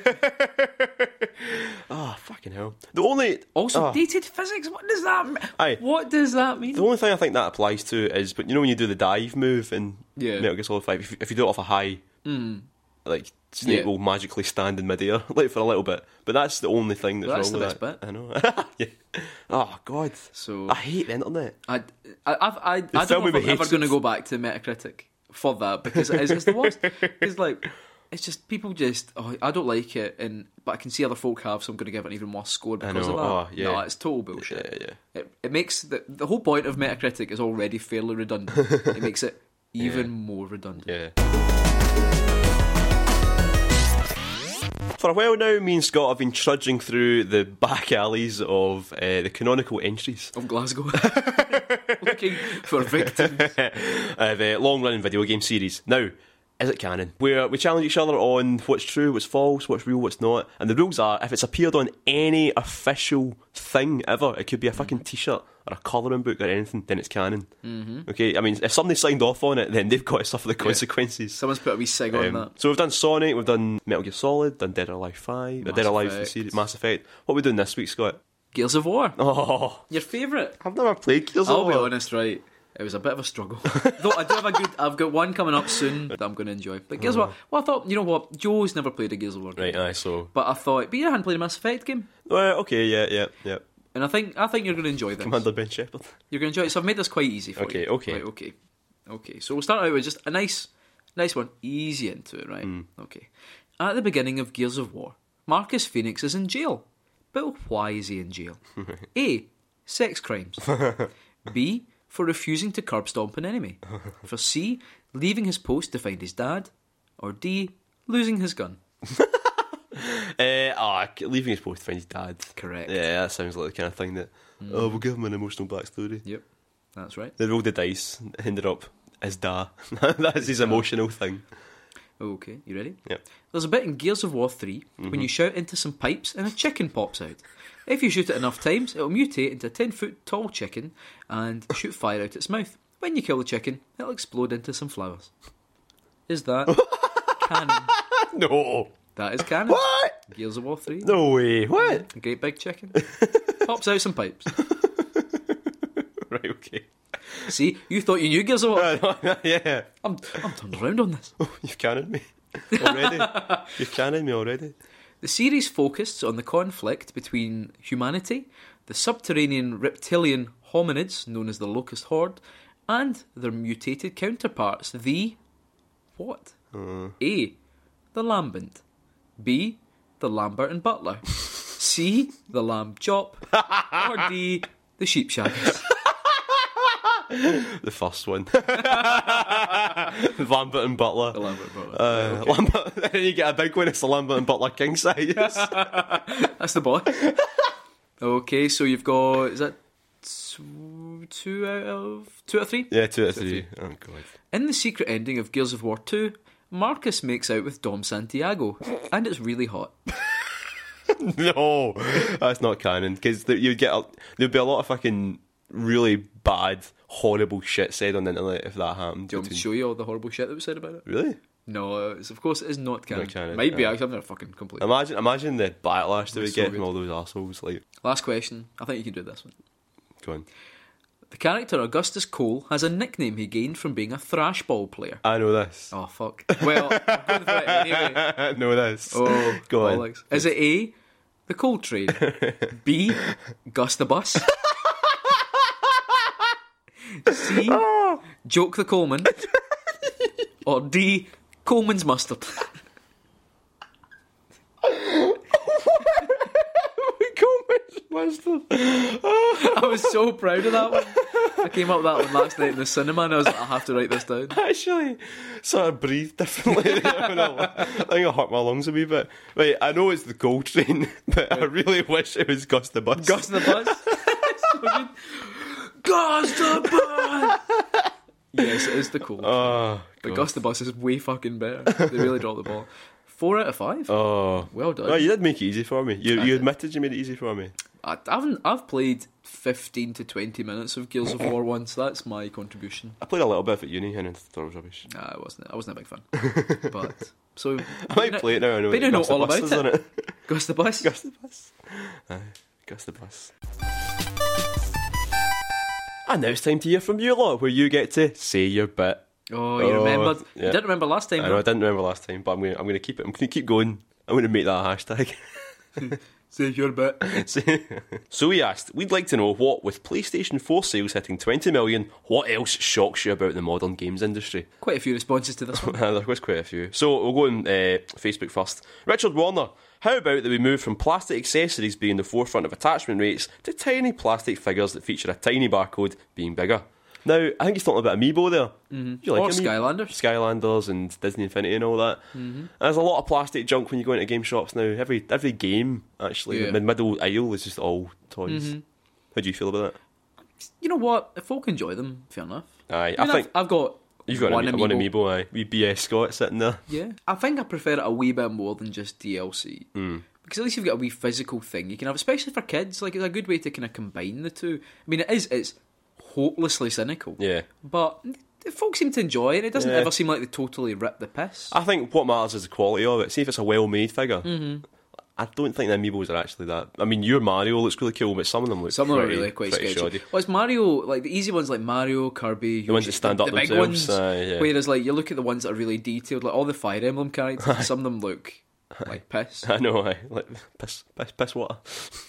Ah, fucking hell. The only.
Also,
ah,
dated physics. What does that? mean?
Aye.
What does that mean?
The only thing I think that applies to is, but you know, when you do the dive move in
Yeah.
Metal Gear Solid 5, if, if you do it off a high, Hmm. like, Snake
Yeah.
will magically stand in midair, (laughs) like, for a little bit. But that's the only thing that's
Well, that's
wrong
the
with
best
that. I know. (laughs) yeah. Oh, God.
So-
I hate the internet.
I, I, I've- I, I don't
film
know if
we
I'm ever
hate.
going to go back to Metacritic for that because it is it's the
(laughs)
worst. It's like it's just people just oh I don't like it and but I can see other folk have so I'm going to give it an even worse score because
know,
of
oh,
that.
yeah.
No, it's total bullshit.
Yeah,
It, it makes the the whole point of Metacritic is already fairly
(laughs)
redundant. it makes it even more redundant.
Yeah. For a while now, me and Scott have been trudging through the back alleys of uh, the canonical entries
Of
(laughs)
Glasgow, looking for victims.
of uh, long-running video game series. Now, is it canon? Where we challenge each other on what's true, what's false, what's real, what's not. And the rules are: if it's appeared on any official thing ever, it could be a fucking t-shirt or a colouring book or anything, then it's canon. Mm-hmm. Okay, I mean, if somebody signed off on it, then they've got to suffer the consequences.
Someone's put a wee sig on
Um,
that.
So we've done Sonic, we've done Metal Gear Solid, done Dead or Alive Five, uh, Dead or Alive the
Effect.
series, Mass Effect. What are we doing this week, Scott? (laughs)
Gears of War,
Oh,
your favourite.
I've never played Gears
I'll be honest, right? It was a bit of a struggle. (laughs) Though I do have a good. I've got one coming up soon that I'm going to enjoy. But Gears of War. Well, I thought you know what? Joe's never played a Gears of War. game.
Right, aye, so
But I thought, but you hadn't played a Mass Effect game.
uh, okay, yeah, yeah, yeah.
and I think I think you're going to enjoy this.
Commander Ben (laughs) Shepard.
You're going to enjoy it. So I've made this quite easy for
Okay,
you.
okay.
Right, okay, okay. So we'll start out with just a nice, nice one, easy into it,
Hmm.
right? Okay. At the beginning of Gears of War, Marcus Phoenix is in jail. But why is he in
(laughs)
jail? A. Sex crimes. B. For refusing to curb stomp an
(laughs)
enemy. For C. Leaving his post to find his dad. Or D. Losing his gun.
Uh, ah, c- leaving his post to find his dad.
Correct.
Yeah, that sounds like the kind of thing that. Oh, we'll give him an emotional backstory.
Yep, that's right.
They rolled the dice, ended up as Da. (laughs) That's his emotional thing.
Okay, you ready?
Yep.
There's a bit in Gears of War 3 when
Mhm.
you shout into some pipes and a chicken pops out. If you shoot it enough times, it'll mutate into a 10 foot tall chicken and shoot fire out its mouth. When you kill the chicken, it'll explode into some flowers. Is
(laughs)
that canon?
(laughs) No.
That is canon.
What?
Gears of War 3.
No way. What?
A great big chicken. Pops out some pipes.
(laughs) right, okay.
See, you thought you knew Gears of War.
(laughs) yeah.
I'm, I'm turned around on this.
Oh, You've cannoned me already. You've cannoned me already.
The series focused on the conflict between humanity, the subterranean reptilian hominids known as the Locust Horde, and their mutated counterparts, the. What? A. The Lambent. B. The Lambert and Butler. C. The Lamb Chop. or D. The Sheep Shaggers.
The first one. Lambert and Butler.
The Lambert and Butler.
Uh, Lambert, (laughs) then you get a big one. It's the Lambert and Butler king size.
That's the boy. okay, so you've got. Is that two, two out of. Two out of three?
yeah, two out of three. Oh god.
In the secret ending of Gears of War 2, Marcus makes out with Dom Santiago, and it's really
(laughs)
hot.
No, that's not canon because you'd get a, there'd be a lot of fucking really bad, horrible shit said on the internet if that happened.
Do you want me to
between-
show you all the horrible shit that was said about it?
Really?
No, it's, of course it is not canon.
Not canon, uh,
Might be,
yeah.
actually, I'm not fucking complete.
Imagine, imagine the backlash that we
so
get from
good.
all those assholes. Like,
Last question, I think you can do this one.
go on.
The character Augustus Cole has a nickname he gained from being a thrash ball player.
I know this.
Oh, fuck. Well, I'm going for it anyway.
(laughs) I know this.
Oh,
go on.
bollocks. Is it A, the coal
(laughs)
train? B, Gus the bus? C,
Oh.
joke the Coleman?
(laughs)
or D, Coleman's mustard?
(laughs) We call this monster.
I was so proud of that one. I came up with that one last night in the cinema, and I was like, I have to write this down.
(laughs) Actually, sort of breathe differently. (laughs) than I think I hurt my lungs a wee bit. Wait, I know it's the gold train, (laughs) but I really wish it was Gus the Bus.
Gus
(laughs)
the bus. so good. Gus the bus. Yes, it is the coal. train.
Oh,
but
God.
Gus the bus is way fucking better. They really dropped the ball. Four out of five.
Oh.
Well done.
Well, you did make it easy for me. You, you admitted you made it easy for me.
I, I haven't. I've played fifteen to twenty minutes of Gears of War once. That's my contribution.
I played a little bit of it at uni and I thought it was rubbish.
Nah, I wasn't. I wasn't a big fan. but so
I might play it now. I know
But you
that
know
Gus the
all
Bus
about
is
it.
on it. (laughs)
Gus the Bus.
Gus the Bus. Aye, Gus the Bus. And now it's time to hear from you lot, where you get to say your bit.
Oh, you
Oh,
remembered?
yeah.
You didn't remember last time.
I know I
though.
didn't remember last time, but I'm gonna I'm gonna keep it. I'm gonna keep going. I'm gonna make that a hashtag. (laughs)
Say your bit.
So- so we asked, we'd like to know what, with PlayStation 4 sales hitting 20 million, what else shocks you about the modern games industry?
Quite a few responses to this one.
(laughs) there was quite a few. So we'll go on uh, Facebook first. Richard Warner, how about that we move from plastic accessories being the forefront of attachment rates to tiny plastic figures that feature a tiny barcode being bigger? Now, I think he's talking about Amiibo there. Mm-hmm. You like
Or
Amiibo?
Skylanders. Mm-hmm.
Skylanders and Disney Infinity and all that. There's a lot of plastic junk when you go into game shops now. Every every game, actually,
Yeah. Mm-hmm.
the middle aisle is just all toys. How do you feel about
You know what? If folk enjoy them, fair enough.
that? Aye, I,
mean,
think
I've, I've got.
you've got
one
an, amiibo. one Amiibo, aye. We BS Scott sitting there.
Yeah, I think I prefer it a wee bit more than just DLC
Hmm.
because at least you've got a wee physical thing you can have, especially for kids. Like it's a good way to kind of combine the two. I mean, it is it's hopelessly cynical.
Yeah.
But the folks seem to enjoy it. It doesn't
Yeah.
ever seem like they totally rip the piss.
I think what matters is the quality of it. See if it's a well-made figure.
Mm-hmm.
I don't think the amiibos are actually that. I mean, your Mario looks really cool, but some of them look
Some of them are
pretty,
really quite
pretty
sketchy.
shoddy. (laughs)
Well, it's Mario, like the easy ones like Mario, Kirby, the
ones that stand up
the big
themselves,
ones.
aye, yeah. (laughs)
Whereas, like you look at the ones that are really detailed, like all the Fire Emblem characters, some of them look like piss.
I know, I like piss, piss, piss water.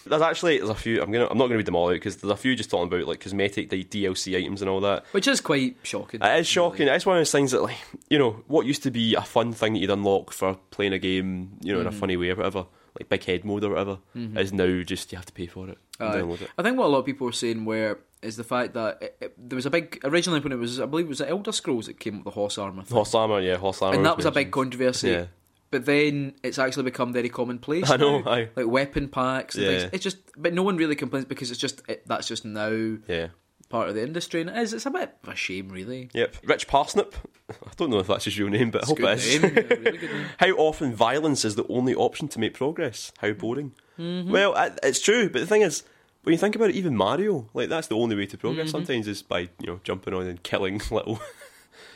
there's actually there's a few. I'm gonna I'm not gonna read them all out because there's a few just talking about like cosmetic the DLC items and all that.
Which is quite shocking.
It is shocking. It's one of those things that like you know what used to be a fun thing that you'd unlock for playing a game, you know,
Mm-hmm.
in a funny way or whatever, like big head mode or whatever, is now just you have to pay for it, and
Aye.
download it.
I think what a lot of people were saying were is the fact that it, it- there was a big originally when it was I believe it was the Elder Scrolls that came up with the horse armor, thing.
Horse armor, yeah, horse armor,
and that was a big controversy.
Yeah.
But then it's actually become very commonplace.
(laughs) I know,
now.
aye.
like weapon packs. And
Yeah.
things. It's just, but no one really complains because it's just it, that's just now
Yeah.
part of the industry, and it is. It's a bit of a shame, really.
Yep. Rich Parsnip. (laughs) I don't know if that's his real name, but I hope it
Good
is.
name, yeah, really good name.
(laughs) How often violence is the only option to make progress? How boring.
Mm-hmm.
Well, I- it's true, but the thing is, when you think about it, even Mario, like that's the only way to progress
Mm-hmm.
sometimes is by you know jumping on and killing (laughs) little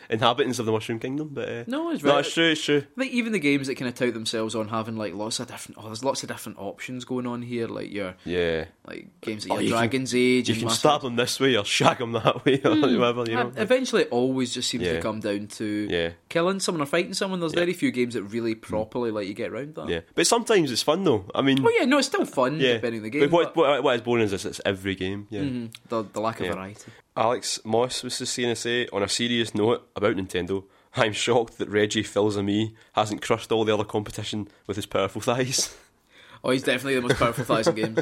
inhabitants of the Mushroom Kingdom. But uh,
No, it's
no,
right.
it's true, it's true.
I think even the games that kind of tout themselves on having like lots of different oh, there's lots of different options going on here. Like your
Yeah,
like games
Oh,
like your
you can-
Dragon's Age.
you
and
can
Mass
stab them this way or (laughs) shag them that way or whatever. You know,
Uh, Eventually, it always just seems
Yeah.
to come down to
Yeah. Mm.
killing someone or fighting someone. There's very few games that really properly let you get around that.
yeah. But sometimes it's fun though. I mean,
Well, yeah, no, it's still fun
yeah.
depending on the
But
game.
what,
But Mm-hmm.
what, what is boring is this? It's every game. Yeah.
the, the lack of
Yeah.
variety.
Alex Moss was just saying to say on a serious note about Nintendo. I'm shocked that Reggie Fils me hasn't crushed all the other competition with his powerful (laughs) thighs.
Oh, he's definitely the most powerful thousand
(laughs)
games.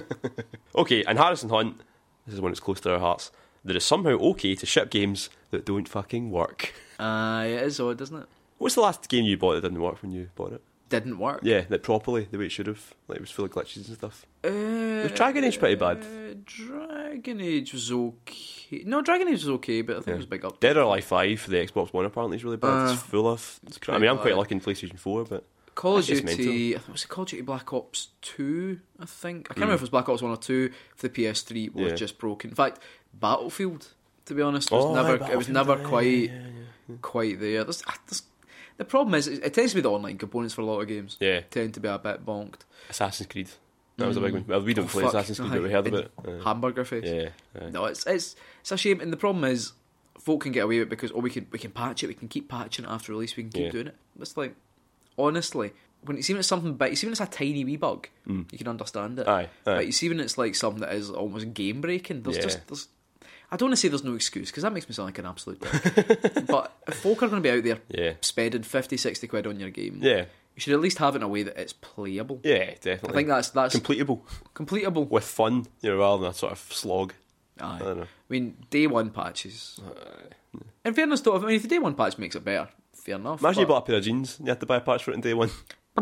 okay, and Harrison Hunt, this is one that's close to our hearts, that it's somehow okay to ship games that don't fucking work.
Uh, it is odd, doesn't it?
What's the last game you bought that didn't work when you bought it?
Didn't work.
Yeah, that properly, the way it should have. Like it was full of glitches and stuff.
Uh,
Was Dragon Age pretty bad?
uh, Dragon Age was okay. No, Dragon Age was okay, but I think it was a big up.
Dead or Alive 5 for the Xbox One apparently is really bad. it's
Uh,
full of. I
pretty
mean, I'm quite
bad.
lucky in PlayStation 4, but.
Call of
That's just
Duty, I think- was it Call of Duty Black Ops 2, I think? I can't remember if it was Black Ops 1 or 2 for the PS3 was
Hmm. Yeah.
just broken. In fact, Battlefield, to be honest, was
Oh, aye,
never it was
Battlefield,
never
aye,
quite
yeah,
quite there. There's, ah, there's, the problem is it tends to be the online components for a lot of games.
Yeah.
Tend to be a bit bonked.
Assassin's Creed. That was a big one. Well, we don't
Oh,
play
fuck.
Assassin's Creed, but we
Aye.
heard
And
about it. Uh,
Hamburger face.
Yeah. aye.
No, it's it's it's a shame, and the problem is, folk can get away with it because oh, we can we can patch it, we can keep patching it after release, we can keep
Yeah.
doing it. It's like, honestly, when it's even it's something big, it's even it's a tiny wee bug, you can understand it.
Mm. Aye, aye.
Mm. but you see when it's like something that is almost game breaking. There's
Yeah.
just there's. I don't want to say there's no excuse because that makes me sound like an
(laughs)
absolute dick. but if folk are going to be out there
Yeah.
spending 50, 60 quid on your game,
Yeah.
you should at least have it in a way that it's playable.
Yeah,
I
definitely.
think that's that's
completable
completable.
with fun, you know, rather than a sort of slog.
Aye. I,
dunno.
mean, day one patches. In fairness, though, I mean, if the day one patch makes it better, fair enough.
Imagine you
but-
bought a pair of jeans and you had to buy a patch for it on day
(laughs)
one. (laughs)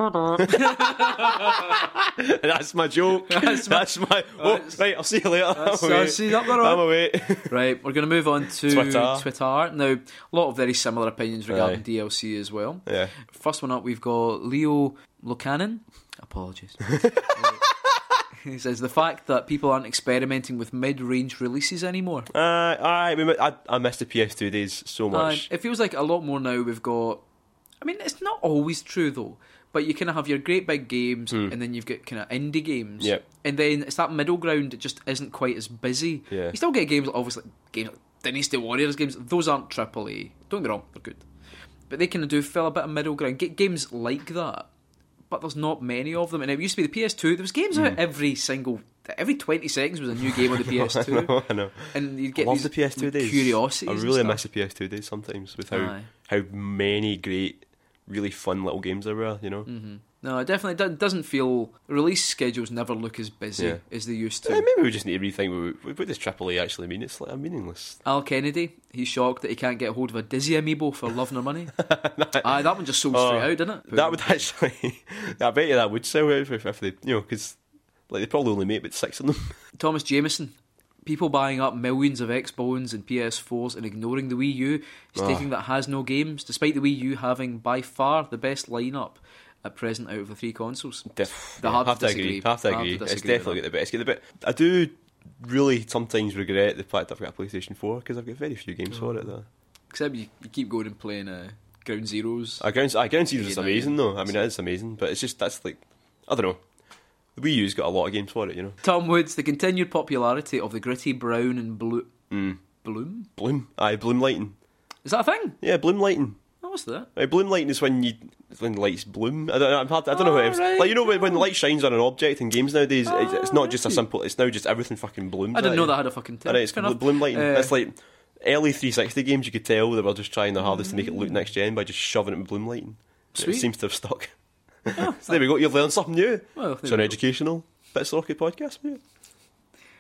That's my joke. That's my. oh, right, I'll see you
(laughs)
later.
That's-
I'm
I'll
away.
see you up there,
I'm
alright.
away. (laughs)
Right, we're going to move on to
Twitter.
Twitter. Now, a lot of very similar opinions regarding
Aye.
DLC as well.
Yeah.
First one up, we've got Leo Locanen. Apologies. he says the fact that people aren't experimenting with mid-range releases anymore.
uh, aye, we, mi- I, I missed the PS2 days so
Aye,
much.
it feels like a lot more now. We've got. I mean, it's not always true though. But you kind of have your great big games, and then you've got kind of indie games,
Hmm. Yep.
and then it's that middle ground that just isn't quite as busy.
Yeah.
You still get games, like, obviously, games like Dynasty Warriors games. Those aren't triple A. Don't get me wrong, they're good, but they kind of do fill a bit of middle ground. Get games like that, but there's not many of them. And it used to be the PS2. There was games out every single, every twenty seconds was a new game on the PS2,
Hmm. (laughs) I know.
and you'd get
I love
these
the PS2 days.
curiosities.
I
and
really
stuff.
miss the PS2 days sometimes with how
Aye.
how many great, really fun little games there were. You know,
Mm-hmm. No, it definitely do- doesn't feel. Release schedules never look as busy
Yeah.
as they used to.
Eh, maybe we just need to rethink what, we- what does AAA actually mean. It's like a meaningless.
Al Kennedy, he's shocked that he can't get hold of a Dizzy amiibo for love nor
(laughs)
money. Aye, that one just sold straight out, didn't it?
Oh, That would (laughs) actually, I bet you that would sell out if, if they, you know, because like they probably only make about
(laughs)
six of them.
Thomas Jameson, people buying up millions of Xbones and PS4s and ignoring the Wii U,
Ah.
stating that has no games, despite the Wii U having by far the best lineup at present out of the three consoles. They're hard
have
to
to agree.
disagree.
Have to
Hard to
agree. it's
disagree with that.
definitely got the best. It's got the best. I do really sometimes regret the fact I've got a PlayStation Four because I've got very few games for it. Though.
Except you, you keep going and playing uh, Ground Zeroes.
I guarantee, I guarantee it's
Yeah,
amazing
yeah.
though. I mean, it's amazing, but it's just that's like, I don't know. The Wii U's got a lot of games for it, you know.
Tom Woods, the continued popularity of the gritty brown
Mm.
and blue. Bloom?
Bloom, aye, Bloom Lighting,
Is that a thing?
yeah, Bloom Lighting.
That What's that?
Like, bloom lighting is when you when lights bloom. I don't know. I'm hard, I don't know what it is.
Alright.
Like you know when, when light shines on an object in games nowadays, it's, it's not just a
Alright.
simple. It's now just everything fucking blooms.
I didn't
at
know
you.
that had a fucking term.
Alright, it's
Fair
bl-
enough.
bloom lighting.
Uh,
That's like early 360 games. You could tell they were just trying their hardest to make it look next gen by just shoving it in bloom lighting. It
Mm. Sweet. Oh,
seems to have stuck. (laughs) so there we go. You've learned something new.
Well, there
it's
we
an
go.
educational bit of socket podcast. Yeah.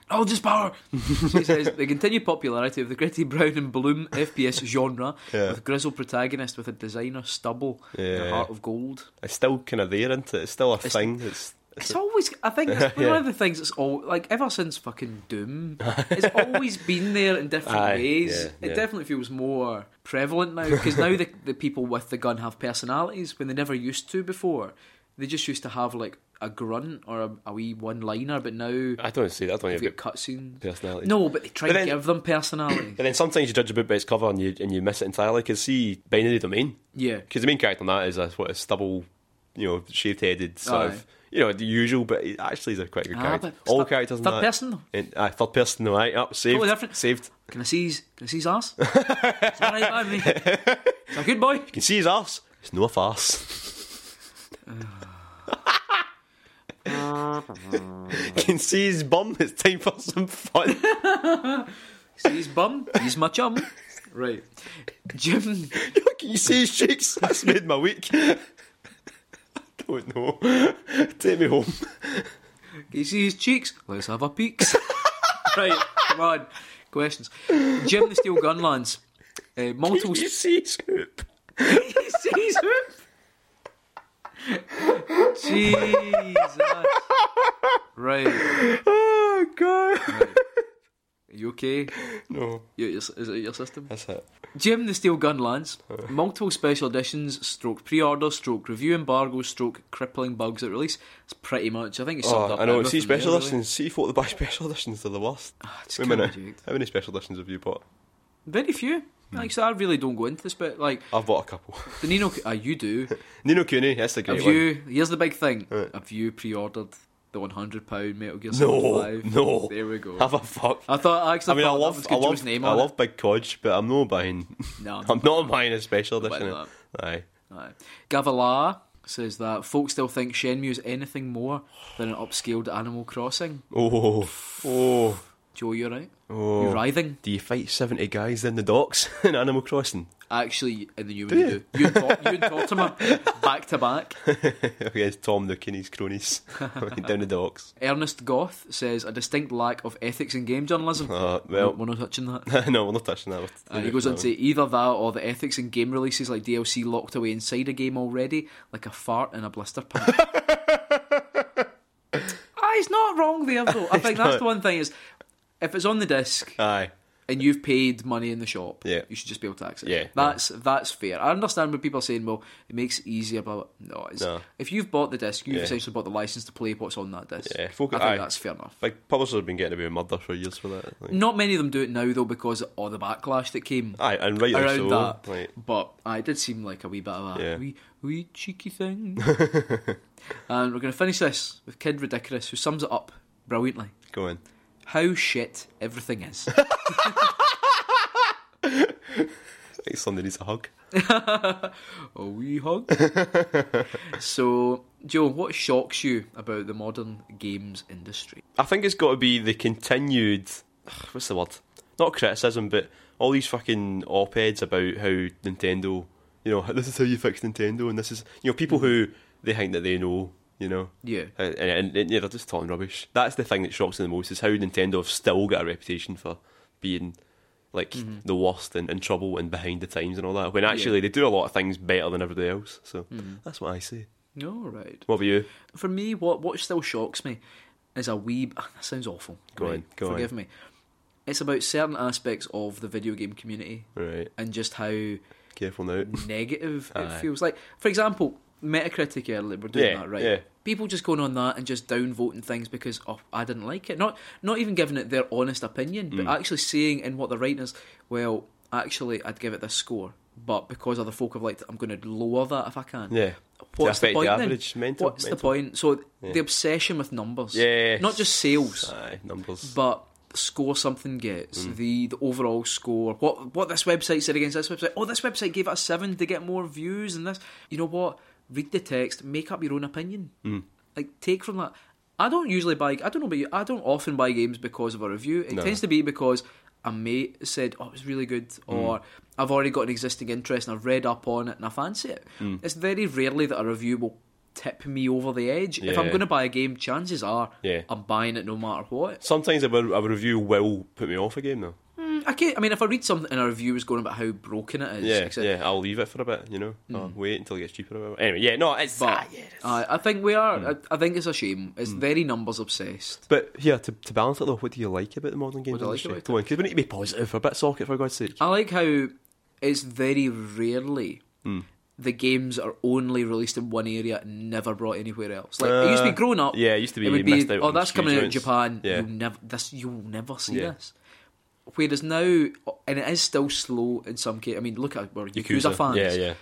Oh, just power! (laughs) She says the continued popularity of the gritty brown and bloom FPS genre,
Yeah.
with grizzled protagonist with a designer stubble and
Yeah.
a heart of gold.
It's still kind of there, isn't it? It's still a thing. It's,
It's always, I think, it's one
(laughs) Yeah.
of the things that's all like ever since fucking Doom.
(laughs)
It's always been there in different
Aye,
ways.
yeah,
It
yeah.
definitely feels more prevalent now because now the, the people with the gun have personalities when they never used to before. They just used to have like a grunt or a, a wee one liner, but now they've
I don't see that one.
got cutscenes.
personality.
No, but they try
But
to
then-
give them personality.
(coughs) And then sometimes you judge a book by its cover and you and you miss it entirely. Because see, binary domain.
yeah.
Because the main character in that is a what a stubble, you know, shaved headed sort
Aye.
of, you know, the usual. But he actually is a quite good
Ah,
character.
but
All
third-
characters in
third
that.
person, though.
In, aye, third person. No, right up saved.
Totally different.
Saved. You
Can I see his, can I see his
(laughs)
ass? it's all right by me. It's a good boy.
can see his arse. It's no farce. (laughs) you can see his bum. It's time for some fun. (laughs)
See his bum. He's my chum. Right. Jim
Can you see his cheeks? That's made my week. (laughs) I don't know. Take me home.
Can you see his cheeks? Let's have a peek. (laughs) right, come on. Questions. Jim the Steel Gun Lance. Uh,
(laughs)
multiple.
Can you see his hoop?
Can you see his hoop? Jesus. Right. Are
Oh god. (laughs)
you okay?
No,
You, your, is it your system?
that's it.
Jim the Steel Gun Lance. Multiple special editions, stroke pre order, stroke review embargo, stroke crippling bugs at release. It's pretty much, I think it's summed
Oh,
up.
I know.
everything
See special
there, really. Ah,
editions. See what the buy special editions are the worst.
it's
Wait a
kinda
minute.
ridiculous.
How many special editions have you bought?
Very few. Like,
Hmm.
so I really don't go into this, but like,
I've bought a couple. (laughs)
the Nino. Ah, you do.
Nino Cooney, that's a great
Have
one.
you? Here's the big thing.
Right.
Have you pre-ordered the one hundred pound Metal Gear Solid
No,
Five?
no.
There we go.
Have a fuck.
I thought I
I
actually.
mean, I
thought that
love,
was
I
good
love,
Joe's name
I
on it.
love Big Codge, but I'm not buying. (laughs)
No.
I'm not buying a special
buying
edition.
that.
Aye.
Aye. Gavala says that folks still think Shenmue is anything more than an upscaled Animal Crossing.
Oh, oh.
Joe, you're right.
Oh.
You're writhing.
Do you fight 70 guys in the docks (laughs) in Animal Crossing?
Actually, in the new one, you do. You and, Tot-
(laughs)
you and Totema back to back.
Against Tom Nook and his cronies (laughs) down the docks.
Ernest Goth says a distinct lack of ethics in game journalism.
Uh, well-
we're not touching
(laughs)
that.
no, we're not touching that.
Uh, he goes on to say either that or the ethics in game releases like DLC locked away inside a game already, like a fart in a blister
(laughs)
pack. ah, he's not wrong there
(laughs)
though. I think that's
not.
the one thing is if it's on the disc
Aye.
and you've paid money in the shop,
Yeah.
you should just be able to access it.
Yeah, yeah.
That's that's fair. I understand when people are saying, well, it makes it easier, but no, it's,
No.
if you've bought the disc, you've
Yeah.
essentially bought the license to play what's on that disc.
Yeah, folk-
I think
aye.
that's fair enough.
Like, publishers have been getting away with murder for years for that. Like,
Not many of them do it now though because of all the backlash that came
aye, and rightly
around
so.
that.
Like,
But I did seem like a wee bit of a
Yeah.
wee, wee cheeky
(laughs)
thing. and we're going to finish this with Kid Ridiculous, who sums it up brilliantly.
go on.
How shit everything is.
I think somebody needs a hug.
a wee
(laughs)
hug. so, Joe, what shocks you about the modern games industry?
I think it's got to be the continued. ugh, What's the word? Not criticism, but all these fucking op eds about how Nintendo, you know, (laughs) this is how you fix Nintendo, and this is, you know, people who they think that they know, you know. Uh,
Yeah.
And, and, and, yeah, they're just talking rubbish. That's the thing that shocks me the most is how Nintendo have still got a reputation for being like the worst and in trouble and behind the times and all that. When actually they do a lot of things better than everybody else. So that's what I say.
All right.
What about you?
For me, what what still shocks me is a wee. (laughs) That sounds awful.
Go on, go on.
Forgive me. It's about certain aspects of the video game community
Right,
and just how
careful now.
negative it
Aye.
feels like. For example, Metacritic earlier, we're doing
Yeah,
that right.
yeah.
People just going on that and just downvoting things because oh, I didn't like it. Not not even giving it their honest opinion, but
Mm.
actually saying in what they're writing is, well, actually, I'd give it this score, but because other folk have liked it, I'm going to lower that if I can.
Yeah.
What's the
affect the
point then?
average? Mental-
What's the
mental.
point? So
Yeah.
the obsession with numbers,
Yeah.
not just sales,
Aye, numbers.
but score something gets,
Mm.
the, the overall score, what what this website said against this website. Oh, this website gave it a seven to get more views and this. You know what? Read the text, make up your own opinion.
Mm.
Like take from that. I don't usually buy. I don't know about you. I don't often buy games because of a review. It
No. Mm.
tends to be because a mate said, "Oh, it was really good," or "I've already got an existing interest and I've read up on it and I fancy it."
Mm.
It's very rarely that a review will tip me over the edge. If I'm
Yeah.
going to buy a game, chances are
Yeah.
I'm buying it no matter what.
Sometimes a, a review will put me off a game, though.
I can't. I mean, if I read something in a review is going about how broken it is,
Yeah,
etc.
yeah, I'll leave it for a bit, you know. Or wait until it gets cheaper or whatever. Anyway, yeah, no, it's.
But
ah, yeah, it's-
aye, I think we are.
Hmm.
I, I think it's a shame. It's very numbers obsessed.
But yeah, to, to balance it though, what do you like about the modern games
do I like
industry?
about it?
Come on, because we need to be positive for a bit, socket for God's sake.
I like how it's very rarely
Hmm.
the games are only released in one area and never brought anywhere else. Like it used to
Uh,
be growing up.
yeah, it used to be
It would
missed
be
out
oh,
on
that's
huge
coming out in
amounts.
Japan.
Yeah.
You'll never this. You'll never see
Yeah.
this. Whereas now, oh, and it is still slow in some cases. I mean, look at we're Yakuza, fans.
Yeah, yeah.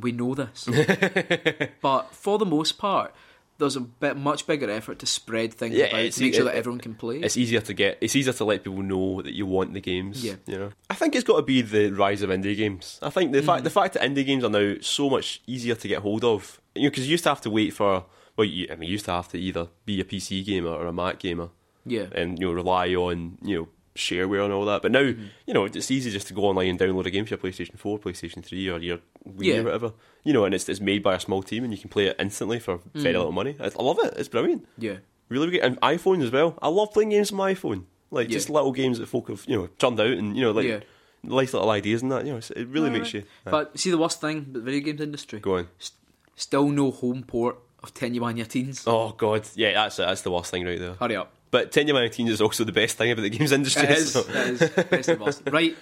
We know this.
(laughs)
but for the most part, there's a bit much bigger effort to spread things
Yeah,
about
it's-
to make sure
it-
that everyone can play.
It's easier to get. It's easier to let people know that you want the games.
Yeah.
you know. I think it's got to be the rise of indie games. I think the
Mm.
fact the fact that indie games are now so much easier to get hold of. You know, because you used to have to wait for. Well, you, I mean, you used to have to either be a PC gamer or a Mac gamer.
Yeah.
and you know rely on you know shareware and all that. But now
Mm-hmm.
you know it's easy just to go online and download a game for your PlayStation Four, PlayStation Three, or your Wii
Yeah.
or whatever. You know, and it's it's made by a small team, and you can play it instantly for
Mm.
very little money. I, I love it. It's brilliant.
Yeah.
Really good. And iPhone as well. I love playing games on my iPhone. Like
Yeah.
just little games that folk have you know churned out, and you know like
Yeah.
nice little ideas and that. You know, it's, it really makes you. uh,
But see, the worst thing about the video games industry.
Go on.
St- still no home port of Tenuanya Teens.
oh god, yeah, that's it. That's the worst thing right there.
Hurry
(laughs)
up.
But ten year teens is also the best thing about the games industry.
It is.
so-
It is. Best of
(laughs)
us. Right. we've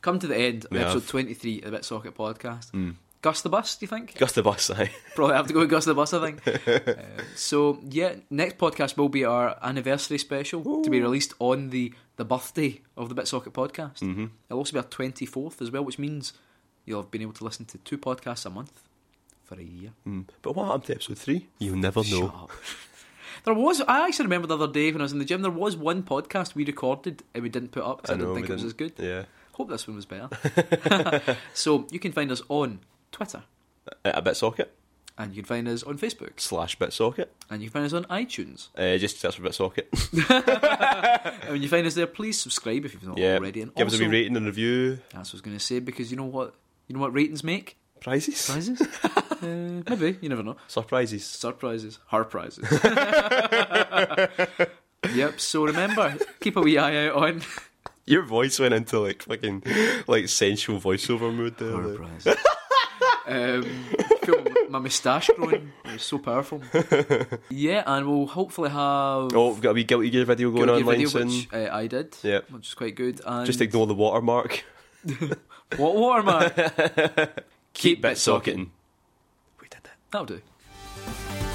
Come to the end of
We
episode
have.
23 of the Bit Socket podcast.
Mm.
Gus the Bus, do you think?
Gus the bus, aye.
Probably have to go with Gus the Bus, I think. (laughs) Uh, so, yeah, next podcast will be our anniversary special to be released on the, the birthday of the BitSocket podcast. Mm-hmm. It'll also be our 24th as well, which means you'll have been able to listen to two podcasts a month for a year.
Mm. But what happened to episode three? You'll never know.
Shut up. (laughs) There was. I actually remember the other day when I was in the gym. There was one podcast we recorded and we didn't put up because I, didn't
know,
think
we
it was as good.
didn't- Yeah.
Hope this one was better. (laughs) so you can find us on Twitter,
At Uh, BitSocket
and you can find us on Facebook,
slash BitSocket.
and you can find us on iTunes.
Uh, just search for BitSocket.
And when you find us there, please subscribe if you've not
yeah.
already. And
Give us
also,
a wee rating and review.
That's what I was going to say because you know what? You know what ratings make
Prizes. (laughs)
prizes. uh, maybe you never know.
Surprises.
Surprises, her prizes.
(laughs)
yep. So remember, keep a wee eye out
(laughs)
on.
Your voice went into like fucking like sensual voiceover mood there.
Horror
like.
prize. (laughs) um, feel my moustache growing. It's so powerful. Yeah, and we'll hopefully have
Oh, we've got a wee guilty gear video going
Guilty
online
video,
soon.
which uh, I did.
Yeah.
which is quite good. And
Just ignore the watermark.
what
(laughs)
watermark? Keep
BitSocketing. We did it.
That'll do.
I